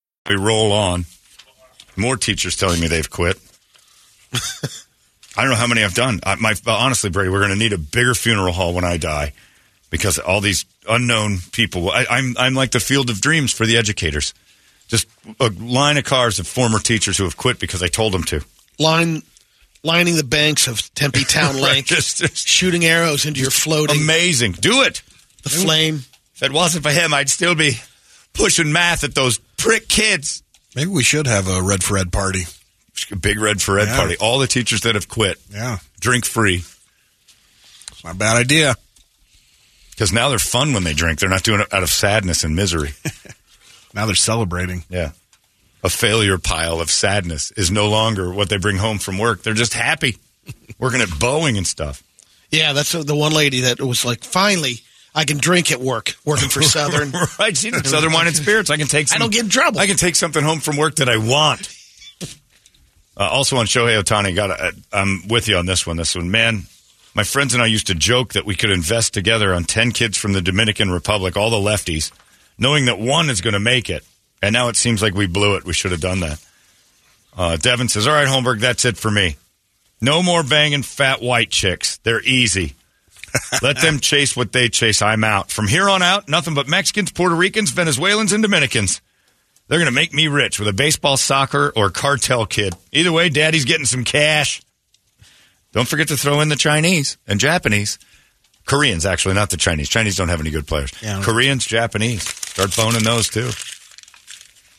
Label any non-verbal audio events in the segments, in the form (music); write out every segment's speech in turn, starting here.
We roll on. More teachers telling me they've (laughs) quit. I don't know how many I've done. I, my, honestly, Brady, we're going to need a bigger funeral hall when I die because all these unknown people. I, I'm I'm like the field of dreams for the educators. Just a line of cars of former teachers who have quit because I told them to. line lining the banks of Tempe (laughs) Town Right, Lake, just- just- shooting arrows into your floating Amazing, do it. the flame. If it wasn't for him, I'd still be pushing math at those prick kids. Maybe we should have a red for red party. Big red for red Yeah. party. All the teachers that have quit, Yeah, drink free. it's not a bad idea. Because now they're fun when they drink. They're not doing it out of sadness and misery. Now they're celebrating. Yeah. A failure pile of sadness is no longer what they bring home from work. They're just happy working at Boeing and stuff. Yeah, that's the one lady that was like, finally, I can drink at work, (laughs) working for Southern. right. She did Southern Wine and Spirits. I can take some, I don't get in trouble. I can take something home from work that I want. Uh, also on Shohei Otani, got uh, I'm with you on this one. This one, man, my friends and I used to joke that we could invest together on ten kids from the Dominican Republic, all the lefties, knowing that one is going to make it. And now it seems like we blew it. We should have done that. Uh, Devin says, "All right, Holmberg, that's it for me. No more banging fat white chicks. They're easy. Let them chase what they chase. I'm out. From here on out, nothing but Mexicans, Puerto Ricans, Venezuelans, and Dominicans." They're going to make me rich with a baseball, soccer, or cartel kid. Either way, daddy's getting some cash. Don't forget to throw in the Chinese and Japanese. Koreans, actually, not the Chinese. Chinese don't have any good players. Yeah. Koreans, Japanese. Start phoning those too.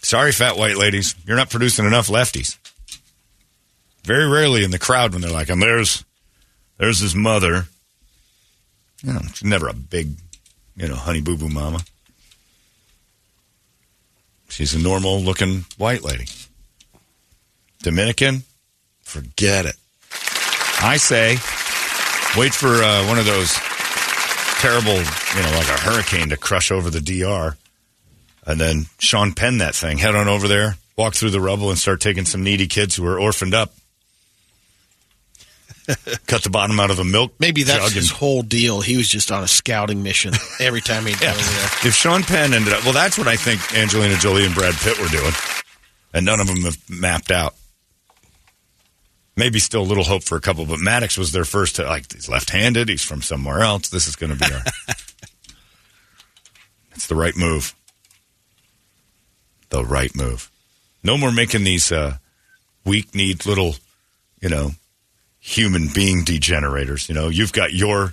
Sorry, fat white ladies. You're not producing enough lefties. Very rarely in the crowd when they're like, and there's, there's his mother. You know, she's never a big, you know, honey boo boo mama. She's a normal looking white lady. Dominican? Forget it. I say, wait for uh, one of those terrible, you know, like a hurricane to crush over the DR and then Sean Penn that thing. Head on over there, walk through the rubble, and start taking some needy kids who are orphaned (laughs) up. Cut the bottom out of a milk. Maybe that's jug and his whole deal. He was just on a scouting mission every time he'd (laughs) go Yeah. over there. If Sean Penn ended up, well, that's what I think Angelina Jolie and Brad Pitt were doing, and none of them have mapped out. Maybe still a little hope for a couple, but Maddox was their first. To, like he's left-handed. He's from somewhere else. This is going to be our. it's the right move. The right move. No more making these uh, weak-kneed little, you know, human being degenerators. You know, you've got your.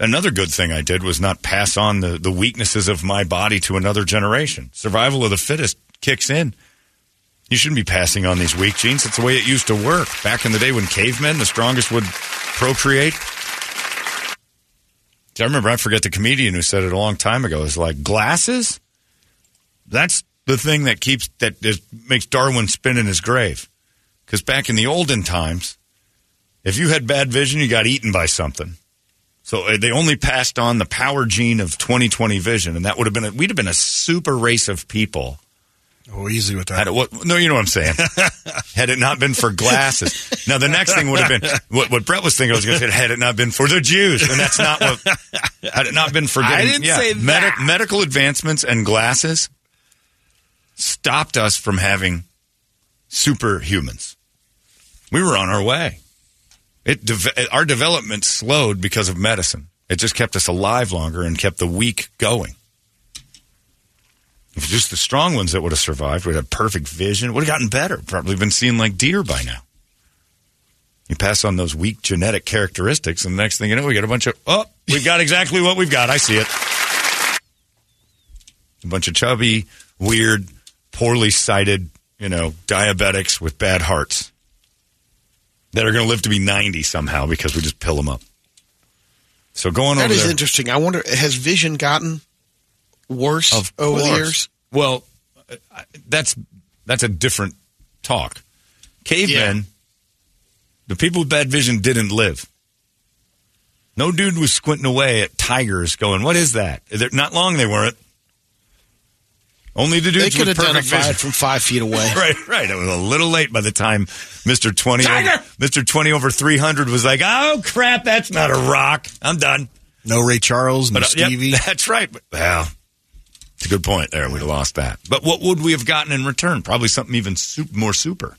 Another good thing I did was not pass on the, the weaknesses of my body to another generation. Survival of the fittest kicks in. You shouldn't be passing on these weak genes. It's the way it used to work back in the day when cavemen, the strongest would procreate. I remember, I forget the comedian who said it a long time ago. It's like glasses. That's the thing that keeps that is, makes Darwin spin in his grave. Because back in the olden times, if you had bad vision, you got eaten by something. So uh, they only passed on the power gene of 2020 vision, and that would have been a, we'd have been a super race of people. Oh, easy with Had that. it, what, no, you know what I'm (laughs) saying. had it not been for glasses, now the next thing would have been what, what Brett was thinking. I was going to say, had it not been for the Jews, and that's not what. Had it not been for getting, didn't yeah, say medi- medical advancements and glasses stopped us from having superhumans. We were on our way. It de- our development slowed because of medicine. It just kept us alive longer and kept the weak going. If just the strong ones that would have survived would have perfect vision, would have gotten better. Probably been seen like deer by now. You pass on those weak genetic characteristics, and the next thing you know, we got a bunch of oh, we've got exactly what we've got. I see it. A bunch of chubby, weird, poorly sighted, you know, diabetics with bad hearts that are going to live to be ninety somehow because we just pill them up. So going That over is there, interesting. I wonder has vision gotten worse Of over the course. years? Well, uh, I- that's that's a different talk. Cavemen, Yeah. the people with bad vision didn't live. No dude was squinting away at tigers, going, "What is that?" They're, not long they weren't. Only the They dudes could with have perfect done it vision. (laughs) five from five feet away. right, right. It was a little late by the time Mister Twenty, over, Mister Twenty over three hundred was like, "Oh crap, that's not a rock. I'm done." No Ray Charles, no But, uh, yep, Stevie. (laughs) that's right. But, well, it's a good point there. We'd have lost that. But what would we have gotten in return? Probably something even su- more super.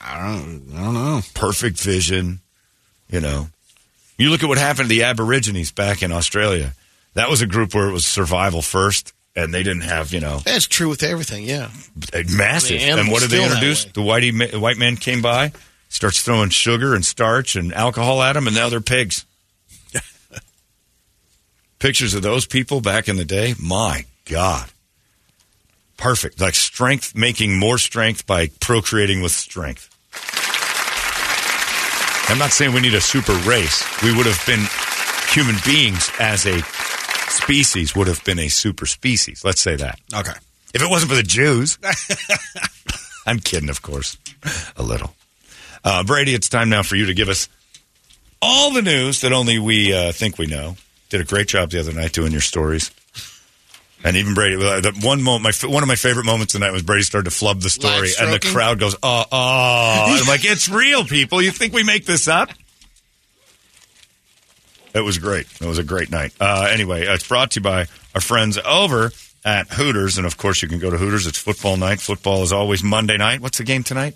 I, don't, I don't know. Perfect vision, you know. You look at what happened to the Aborigines back in Australia. That was a group where it was survival first, and they didn't have, you know, That's true with everything. Yeah. a massive. The animal's and what did they still that introduce? way. The whitey ma- the white man came by, starts throwing sugar and starch and alcohol at them, and now they're pigs. (laughs) Pictures of those people back in the day, my God. Perfect. Like strength, making more strength by procreating with strength. I'm not saying we need a super race. We would have been human beings as a species, would have been a super species. Let's say that. Okay. If it wasn't for the Jews. (laughs) I'm kidding, of course. A little. Uh, Brady, it's time now for you to give us all the news that only we uh, think we know. Did a great job the other night doing your stories. And even Brady, uh, the one moment, my, f- one of my favorite moments tonight was Brady started to flub the story, and the stroking? crowd goes, "Oh, oh!" And I'm like, "It's real, people. You think we make this up?" It was great. It was a great night. Uh, anyway, uh, it's brought to you by our friends over at Hooters. And of course, you can go to Hooters. It's football night. Football is always Monday night. What's the game tonight?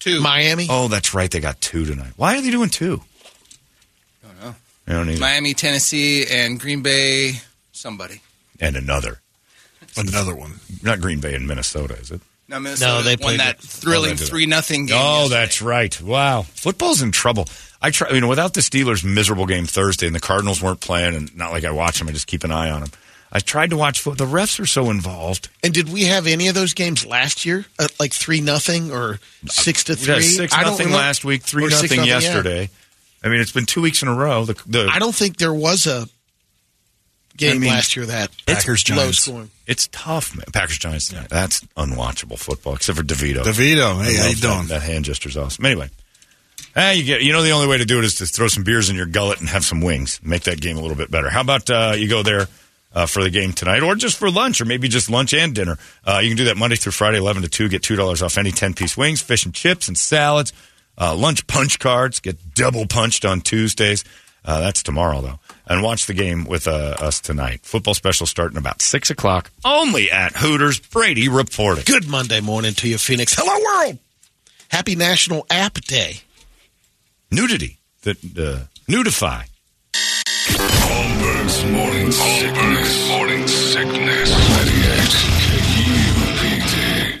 Two. Miami. Oh, that's right. They got two tonight. Why are they doing two? I don't know. I don't either. Miami, Tennessee, and Green Bay. Somebody. And another. Another one. Not Green Bay and Minnesota, is it? No, Minnesota No, they won played that it. thrilling Oh, they did. three nothing game. Oh, yesterday. that's right. Wow, football's in trouble. I try, you know, without the Steelers' miserable game Thursday and the Cardinals weren't playing, and not like I watch them, I just keep an eye on them. I tried to watch foot. The refs are so involved. And did we have any of those games last year? Uh, like three nothing or six to We three? got six I don't nothing remember- last week, three or six nothing yeah. yesterday. I mean, it's been two weeks in a row. The, the I don't think there was a game I mean, last year that Packers, low Giants. scoring. it's tough, man. Packers Giants tonight. That's unwatchable football, except for DeVito. DeVito. Hey, I how you love that- doing? That, hand gesture's awesome. Anyway, eh, you get you know the only way to do it is to throw some beers in your gullet and have some wings. Make that game a little bit better. How about uh, you go there uh, for the game tonight, or just for lunch, or maybe just lunch and dinner. Uh, you can do that Monday through Friday, eleven to two. Get two dollars off any ten piece wings, fish and chips, and salads. Uh, lunch punch cards get double punched on Tuesdays. Uh, that's tomorrow though. And watch the game with uh, us tonight. Football special starting about six o'clock. Only at Hooters. Brady reporting. Good Monday morning to you, Phoenix. Hello, world. Happy National App Day. nudity that uh, nudify. Holmberg's morning sickness. Morning sickness. 98 KUPD.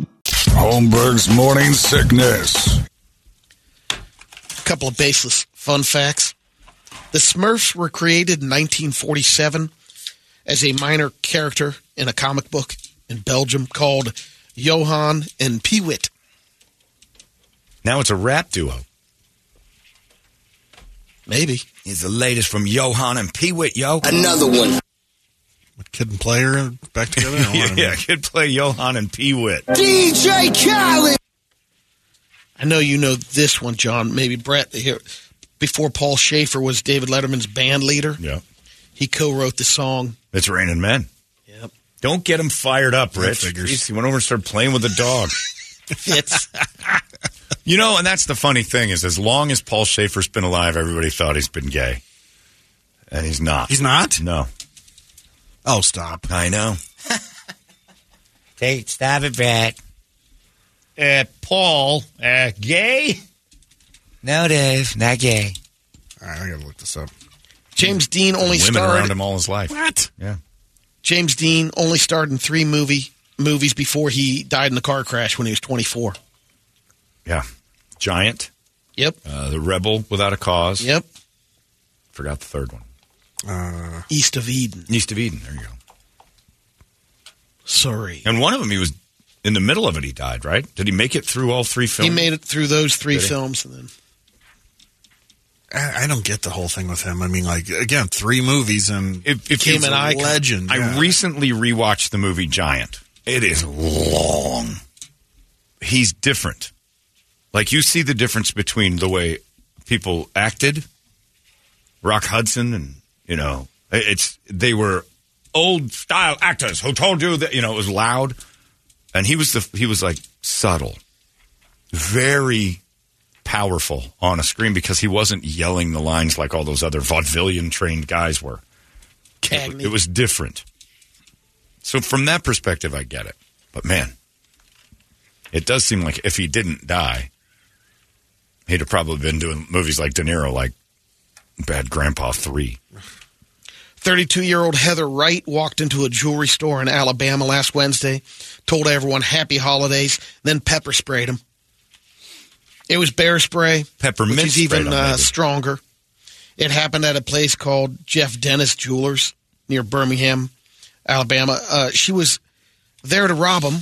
Holmberg's morning sickness. couple of baseless fun facts. The Smurfs were created in 1947 as a minor character in a comic book in Belgium called Johan and Peewit. Now it's a rap duo. Maybe. Is the latest from Johan and Peewit, yo. Another one. Kid and player (laughs) back together? yeah, yeah, could play Johan and Peewit. DJ Khaled. I know you know this one, John. Maybe Brett. Here, before Paul Schaefer was David Letterman's band leader, Yeah. he co-wrote the song. It's raining men. Yep. Don't get him fired up, Rich. figures. Jeez, he went over and started playing with the dog. (laughs) It's you know, and that's the funny thing is, as long as Paul Schaefer's been alive, everybody thought he's been gay, and he's not. He's not? No, Oh, stop. I know. Hey, stop it, Brett. Uh, Paul, uh, gay? No, Dave, not gay. All right, I got to look this up. James Dean only Women starred. around him all his life. What? Yeah. James Dean only starred in three movie movies before he died in the car crash when he was 24. Yeah. Giant, Yep. uh, The Rebel Without a Cause. Yep. Forgot the third one. Uh, East of Eden, East of Eden. There you go. Surrey. And one of them, he was in the middle of it, he died, right? Did he make it through all three He films? made it through those three Did he? films, and then I, I don't get the whole thing with him. I mean, like, again, three movies and If, if Became you- an icon. legend. I yeah. recently rewatched the movie Giant. It is long. He's different. Like you see the difference between the way people acted, Rock Hudson, and you know, it- it's they were old style actors who told you that you know it was loud, and he was the he was like subtle, very powerful on a screen because he wasn't yelling the lines like all those other vaudevillian trained guys were. Cagney. It was different. So from that perspective, I get it. But man, it does seem like if he didn't die, he'd have probably been doing movies like De Niro, like Bad Grandpa Three. 32 year old Heather Wright walked into a jewelry store in Alabama last Wednesday, told everyone happy holidays, then pepper sprayed them. It was bear spray, Peppermint which is sprayed 'em, even uh, maybe. stronger. It happened at a place called Jeff Dennis Jewelers near Birmingham, Alabama. Uh, she was there to rob him,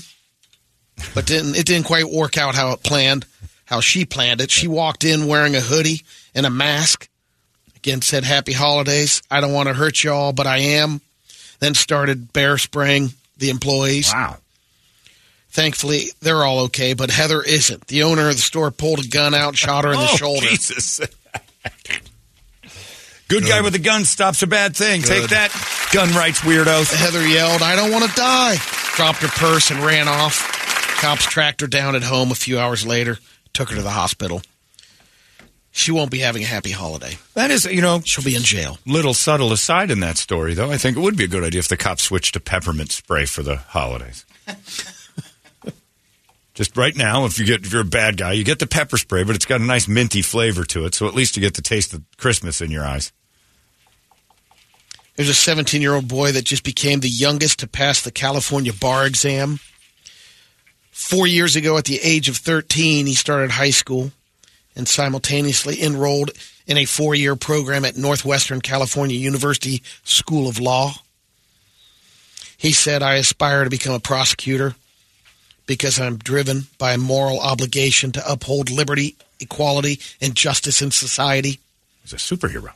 but didn't. It didn't quite work out how it planned, how she planned it. She walked in wearing a hoodie and a mask. Again, said happy holidays. I don't want to hurt y'all, but I am. Then started bear spraying the employees. Wow. Thankfully, they're all okay, but Heather isn't. The owner of the store pulled a gun out, shot her in the oh, shoulder. Jesus. (laughs) Good, guy with a gun stops a bad thing. Take that, gun rights weirdos. Heather yelled, I don't want to die. Dropped her purse and ran off. Cops tracked her down at home a few hours later, took her to the hospital. She won't be having a happy holiday. That is, you know, She'll be in jail. little subtle aside in that story, though. I think it would be a good idea if the cops switched to peppermint spray for the (laughs) holidays. Just right now, if you get if you're a bad guy, you get the pepper spray, but it's got a nice minty flavor to it, so at least you get the taste of Christmas in your eyes. There's a 17 year old boy that just became the youngest to pass the California bar exam. Four years ago, at the age of 13, he started high school and simultaneously enrolled in a four year program at Northwestern California University School of Law. He said, I aspire to become a prosecutor because I'm driven by a moral obligation to uphold liberty, equality, and justice in society. He's a superhero.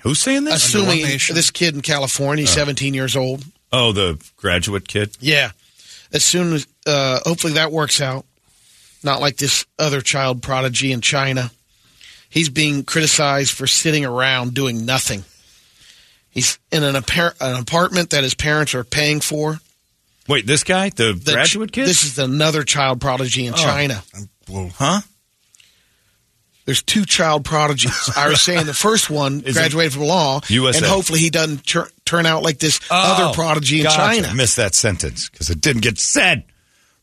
Who's saying this? Assuming nation. this kid in California, 17 years old, Oh, the graduate kid. Yeah. As soon as, uh, hopefully that works out. Not like this other child prodigy in China. He's being criticized for sitting around doing nothing. He's in an, apar- an apartment that his parents are paying for. Wait, this guy, the, The ch- graduate Oh. kid. This is another child prodigy in China. I'm- well, Um, huh? There's two (laughs) child prodigies. I was saying the first one Is it- graduated from law, USA. and hopefully he doesn't tur- turn out like this Oh, other prodigy in gotcha. China. Missed that sentence because it didn't get said.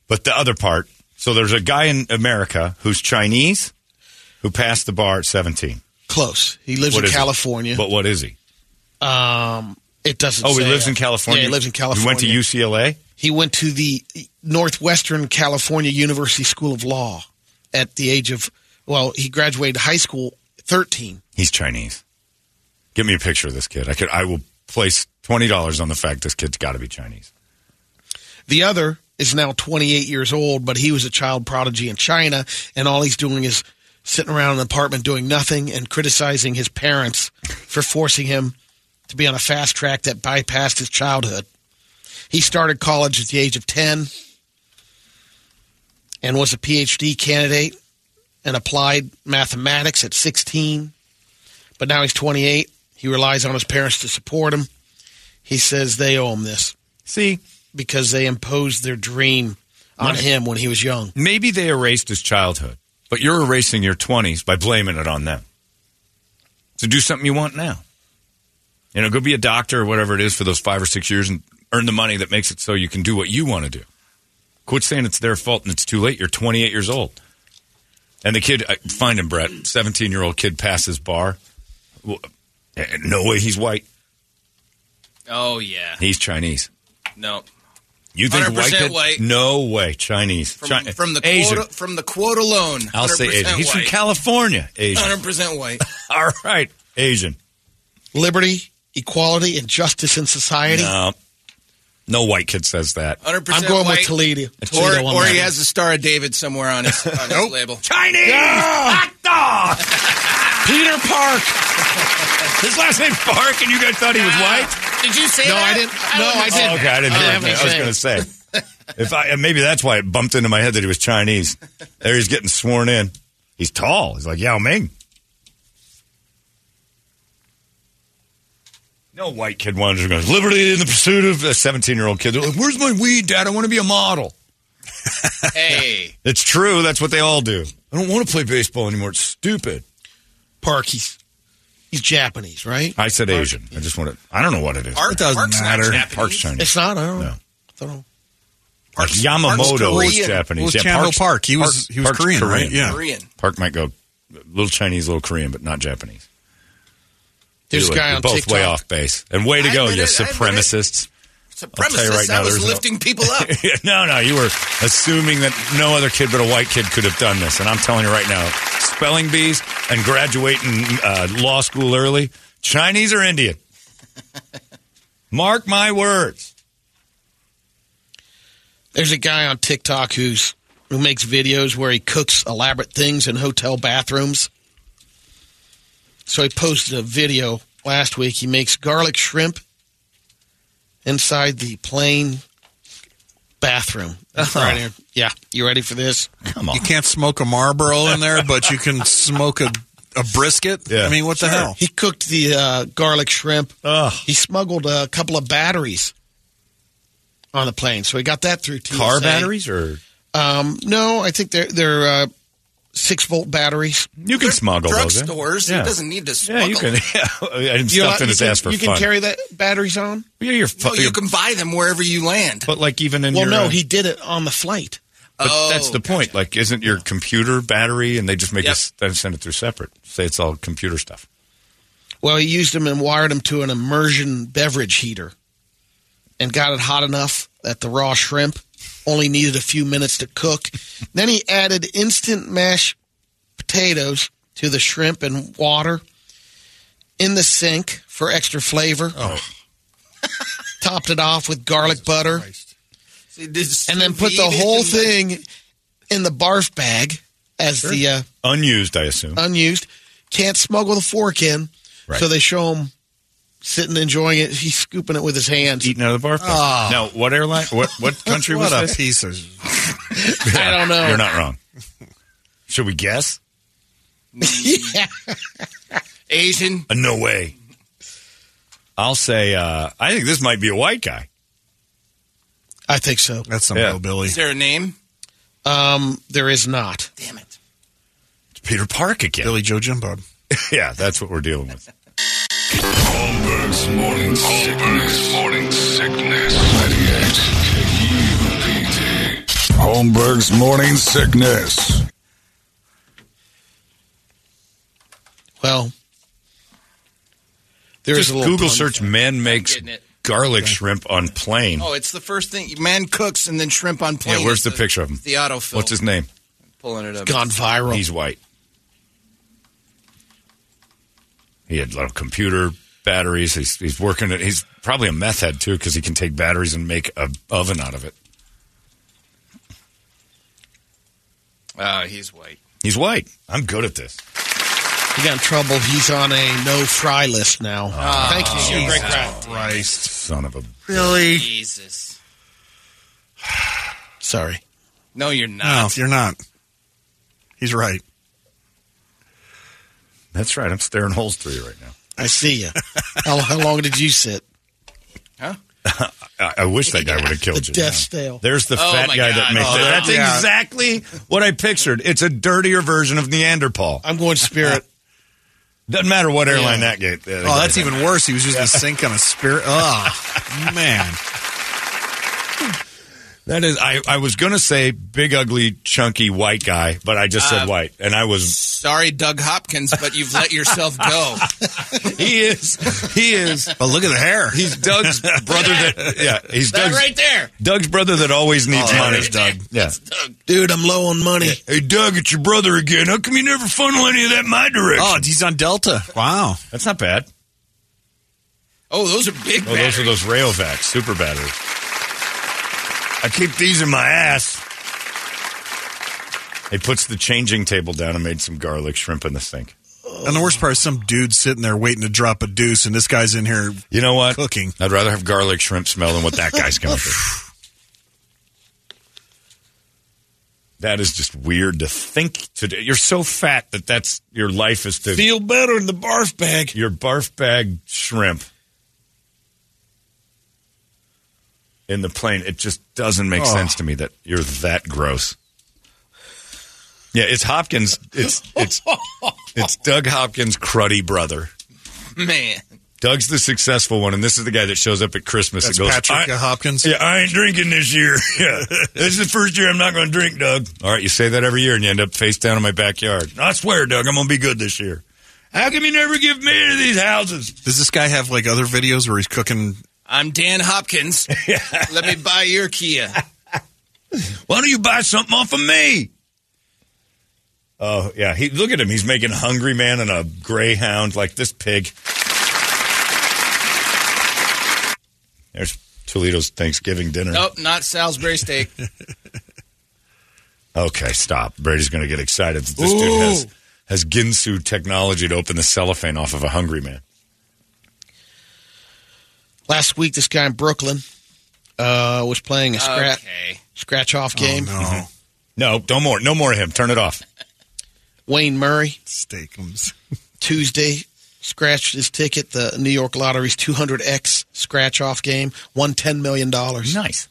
But the other part. So there's a guy in America who's Chinese who passed the bar at 17. Close. He lives What in is he? California. But what is he? Um, it doesn't. Oh, he say. uh, lives in California. Yeah, he lives in California. He went to UCLA. He went to the Northwestern California University School of Law at the age of well, he graduated high school thirteen. He's Chinese. Give me a picture of this kid. I could. I will place twenty dollars on the fact this kid's got to be Chinese. The other is now twenty eight years old, but he was a child prodigy in China, and all he's doing is sitting around in an apartment doing nothing and criticizing his parents for forcing him to be on a fast track that bypassed his childhood. He started college at the age of ten. and was a PhD candidate and applied mathematics at 16. But now he's 28. He relies on his parents to support him. He says they owe him this See, because they imposed their dream on Right. him when he was young. maybe they erased his childhood, but you're erasing your 20s by blaming it on them. So do something you want now. You know, go be a doctor or whatever it is for those five or six years and earn the money that makes it so you can do what you want to do. Quit saying it's their fault and it's too late. You're 28 years old. And the kid, I- find him, Brett, 17 year old kid passes bar. Well, eh, No way he's white. Oh yeah. He's Chinese. No. You think 100% kid- white. No way. Chinese. From, Chi- from the Asian. quote from the quote alone. I'll say Asian. He's from California. Asian. Hundred percent (laughs) white. All right, Asian. Liberty, equality, and justice in society. No, no white kid says that. Hundred percent. I'm going white. with Toledo. Or, Toledo on or that he one. has a Star of David somewhere on his, on his label. Chinese hot dog. Peter Park. His last name Park, and you guys thought he was white. Did you say No, I that? (laughs) didn't. No, I Oh, didn't. okay, I didn't hear have it. I was anything. going to say. If I and maybe that's why it bumped into my head that he was Chinese. There he's getting sworn in. He's tall. He's like Yao Ming. No white kid wanders goes liberty in the pursuit of a seventeen-year-old kid. They're like, Where's my weed, Dad? I want to be a model. Hey, It's true. That's what they all do. I don't want to play baseball anymore. It's stupid. Park. He's, he's Japanese, right? I said Asian. I just want to. I don't know what it is. Park- it doesn't Park's not matter. Japanese. Park's Chinese. It's not. I don't know. No. I don't know. Like Park's- Yamamoto Park's was Korean. Japanese. It was Chandler Park. He was- he was Park's Korean, right? Yeah. Korean. Park might go little Chinese, little Korean, but not Japanese. There's a Anyway, guy you're on both TikTok. way off base. And way to I go, admit you it, I admit it. supremacists. (laughs) I'll tell you Supremacists. right now, I was there's no- lifting people up. no, no, (laughs) you were assuming that no other kid but a white kid could have done this. And I'm telling you right now, spelling bees and graduating uh, law school early, Chinese or Indian. (laughs) Mark my words. There's a guy on TikTok who's who makes videos where he cooks elaborate things in hotel bathrooms. So he posted a video last week. He makes garlic shrimp inside the plain bathroom. Right here. Yeah. You ready for this? Come on. You can't smoke a Marlboro in there, but you can smoke a, a brisket. Yeah. I mean, what the hell? He cooked the uh, garlic shrimp. Ugh. He smuggled a couple of batteries on the plane, so he got that through TSA. Car batteries or Um, no, I think they're they're uh, six volt batteries. you can smuggle Drug those. in. stores. Yeah. He doesn't need to Yeah, smuggle. you (laughs) can. Yeah, I didn't You know, stuff in you his can- ass for you fun. can carry that batteries on. yeah, you're No, Oh, you you're- can buy them wherever (laughs) you land. But like even in Well, your no, uh, he did it on the flight. But Oh, that's the point. Like, isn't your computer battery, and they just make Yep. us then send it through separate. Say it's all computer stuff. Well, he used them and wired them to an immersion beverage heater, and got it hot enough that the raw shrimp only needed a few minutes to cook. then he added instant mashed potatoes to the shrimp and water in the sink for extra flavor. Oh. (laughs) Topped it off with garlic butter. See, this- and then put the whole thing in the barf bag as the uh, Unused, I assume. unused. Can't smuggle the fork in, Right. so they show him sitting enjoying it. He's scooping it with his hands. Eaten out of the bar. Now, what airline? What what country was what a (laughs) this? piece of I don't know. You're not wrong. Should we guess? Asian. Uh, no way. I'll say. Uh, I think this might be a white guy. (laughs) I think so. that's some Yeah. hillbilly. Is there a name? Um, there is not. Damn it. It's Peter Park again. Billy Joe Jim Bob. yeah, that's what we're dealing with. Holmberg's morning sickness. Morning sickness. 98 KUPD. Holmberg's morning sickness. Well, there is Just a little Google pun. search "man makes getting it. garlic shrimp on plane." Oh, it's the first thing. Man cooks and then shrimp on plane. yeah, where's It's the, picture of him? The autofill. What's his name? pulling it up? gone viral. He's white. He had little computer batteries. He's, he's working it. He's probably a meth head too because he can take batteries and make a oven out of it. Ah, he's white. He's white. I'm good at this. he got in trouble. He's on a no fry list now. Ah, Thank you. You're a great guy. Son of a. Really? Jesus. Sorry. No, you're No, Oh. not. you're not. He's right. That's right. I'm staring holes through you right now. I see you. how, how long did you sit? Huh? I, I wish that guy would have The killed you. Yeah. death stale. There's the Oh, fat my guy that God. makes Oh, that. That's yeah. exactly what I pictured. It's a dirtier version of Neanderthal. I'm going spirit. Doesn't matter what airline that gate. Oh, that's even worse. He was using a sink on (laughs) a spirit. Oh, man. That is. I, I was gonna say big, ugly, chunky white guy, but I just said Uh, white, and I was. Sorry, Doug Hopkins, but you've let yourself (laughs) go. He is. He (laughs) is. But look at the hair. He's Doug's brother. That yeah. He's that Doug's right there. Doug's brother that always needs Oh, that money. is Doug. Yeah. Dude, I'm low on money. Hey Doug, it's your brother again. How come you never funnel any of that my direction? oh, he's on Delta. Wow. that's not bad. Oh, those are big. Oh, those are those Rayovac super batteries. I keep these in my ass. He puts the changing table down and made some garlic shrimp in the sink. And the worst part is some dude sitting there waiting to drop a deuce, and this guy's in here. You know what? Cooking. I'd rather have garlic shrimp smell than what that guy's going through. (sighs) That is just weird to think today. You're so fat that that's your life is to Feel better in the barf bag. your barf bag shrimp in the plane. It just doesn't make Oh. sense to me that you're that gross. Yeah, it's Hopkins. It's (laughs) it's it's Doug Hopkins' cruddy brother. man. Doug's the successful one, and this is the guy that shows up at Christmas That's and goes, Patrick I, Hopkins. yeah, I ain't drinking this year. (laughs) Yeah. This is the first year I'm not going to drink, Doug. All right, you say that every year and you end up face down in my backyard. I swear, Doug, I'm going to be good this year. How come you never give me any of these houses? Does this guy have like other videos where he's cooking? I'm Dan Hopkins. Let me buy your Kia. (laughs) Why don't you buy something off of me? Oh yeah, he look at him. He's making a hungry man and a greyhound like this pig. There's Toledo's Thanksgiving dinner. Nope, not Salisbury steak. Okay, stop. Brady's going to get excited. that This dude has has Ginsu technology to open the cellophane off of a hungry man. Last week, this guy in Brooklyn uh, was playing a scratch Okay. scratch off game. Oh, no. Mm-hmm. No, don't more. No more of him. Turn it off. Wayne Murray Steakums. Tuesday scratched his ticket. The New York Lottery's 200x scratch off game won 10 million dollars. Nice.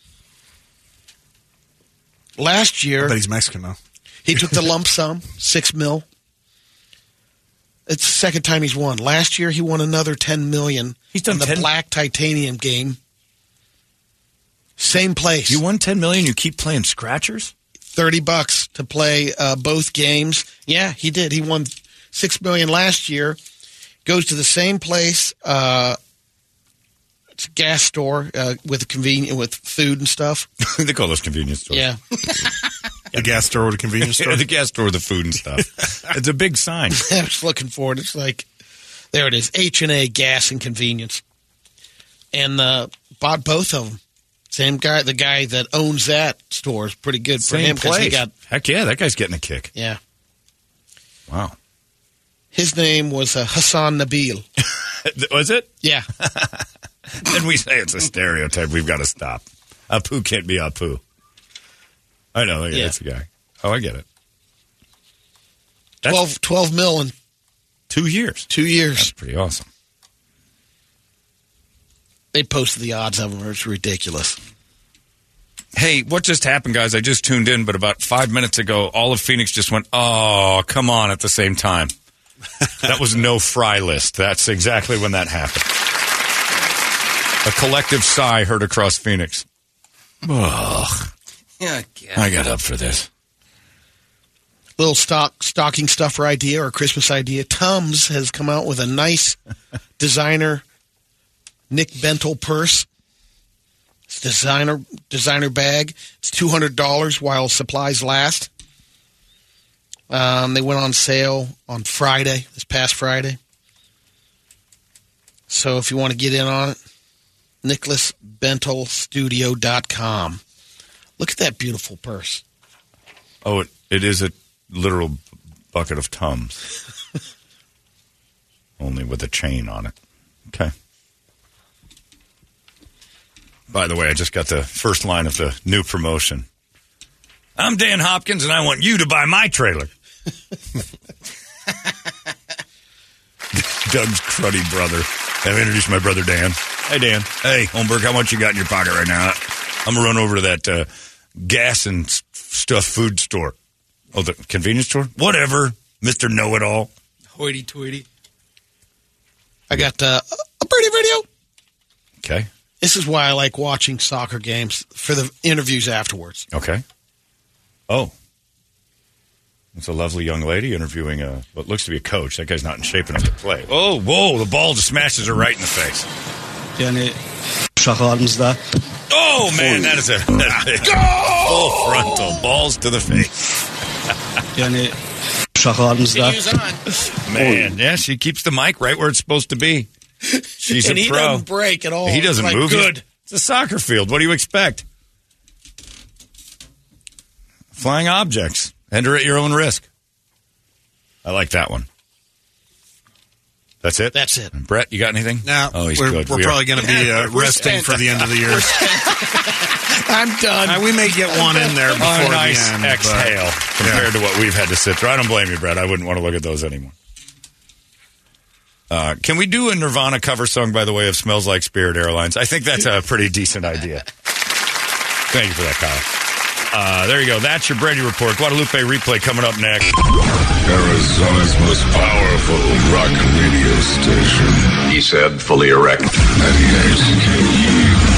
Last year, But he's Mexican now. He took the lump sum, six mil. It's the second time he's won. Last year he won another ten million. He's done on the 10 black titanium game. Same place. won ten million. You keep playing scratchers. thirty bucks to play uh, both games. Yeah, he did. He won six million last year. Goes to the same place. Uh, it's a gas store uh, with a convenient with food and stuff. (laughs) they call those convenience stores. Yeah, (laughs) The gas store or the (laughs) convenience Or store. the gas store, with the food and (laughs) stuff. it's a big sign. I was looking for it. It's like there it is. H and A Gas and Convenience, and uh, bought both of them. Same guy, the guy that owns that store is pretty good for him because he got Heck yeah, that guy's getting a kick. yeah. Wow. His name was uh, Hassan Nabil. (laughs) Was it? Yeah, Then we say it's a stereotype. We've got to stop. Apu can't be Apu. I know. Yeah, Yeah. that's a guy. Oh, I get it. That's 12, 12 mil in two years. two That's years. pretty awesome. They posted the odds of him. It's ridiculous. Hey, what just happened, guys? I just tuned in, but about five minutes ago, all of Phoenix just went, oh, come on, at the same time. that was no fry list. That's exactly when that happened. A collective sigh heard across Phoenix. Ugh, Yeah, yeah. I got up for this. Little stock stocking stuffer idea or Christmas idea. Tums has come out with a nice designer Nick Bentel purse. It's designer designer bag. It's two hundred dollars while supplies last. Um, they went on sale on Friday, this past Friday. So if you want to get in on it, NicholasBentelStudio.com. Look at that beautiful purse. Oh, it, it is a literal bucket of Tums. Only with a chain on it. Okay. By the way, I just got the first line of the new promotion. I'm Dan Hopkins, and I want you to buy my trailer. Doug's cruddy brother. I've introduced my brother Dan. Hey, Dan. Hey, Holmberg, how much you got in your pocket right now? I'm going to run over to that uh, gas and s- stuff food store. Oh, the convenience store? Whatever, Mr. Know It All. Hoity toity. I got uh, a birdie video. Okay. This is why I like watching soccer games for the interviews afterwards. Okay. Oh. It's a lovely young lady interviewing a what looks to be a coach. That guy's not in shape enough to play. Oh, whoa, the ball just smashes her right in the face. Yani şakalarımız da Oh man, that is a, that (laughs) is a full frontal balls to the face. yani şakalarımız da Man, yeah, she keeps the mic right where it's supposed to be. She's and a he pro. doesn't break at all. Oh, he doesn't Like, move. He's- Good. It's a soccer field. What do you expect? Flying objects. Enter at your own risk. I like that one. That's it. That's it. Brett, you got anything? Now oh, he's we're, good. we're We are- probably going to be (laughs) uh, We're resting spent. for the end of the year. (laughs) I'm done. Now, we may get one in there before a Oh, nice the end. but- exhale compared to what we've had to sit through. I don't blame you, Brett. I wouldn't want to look at those anymore. Uh, can we do a Nirvana cover song, by the way, of "Smells Like Spirit Airlines"? I think that's a pretty decent idea. Thank you for that, Kyle. Uh, there you go. That's your Brady report. Guadalupe replay coming up next. Arizona's most powerful rock radio station. E He said, fully erect. 98 E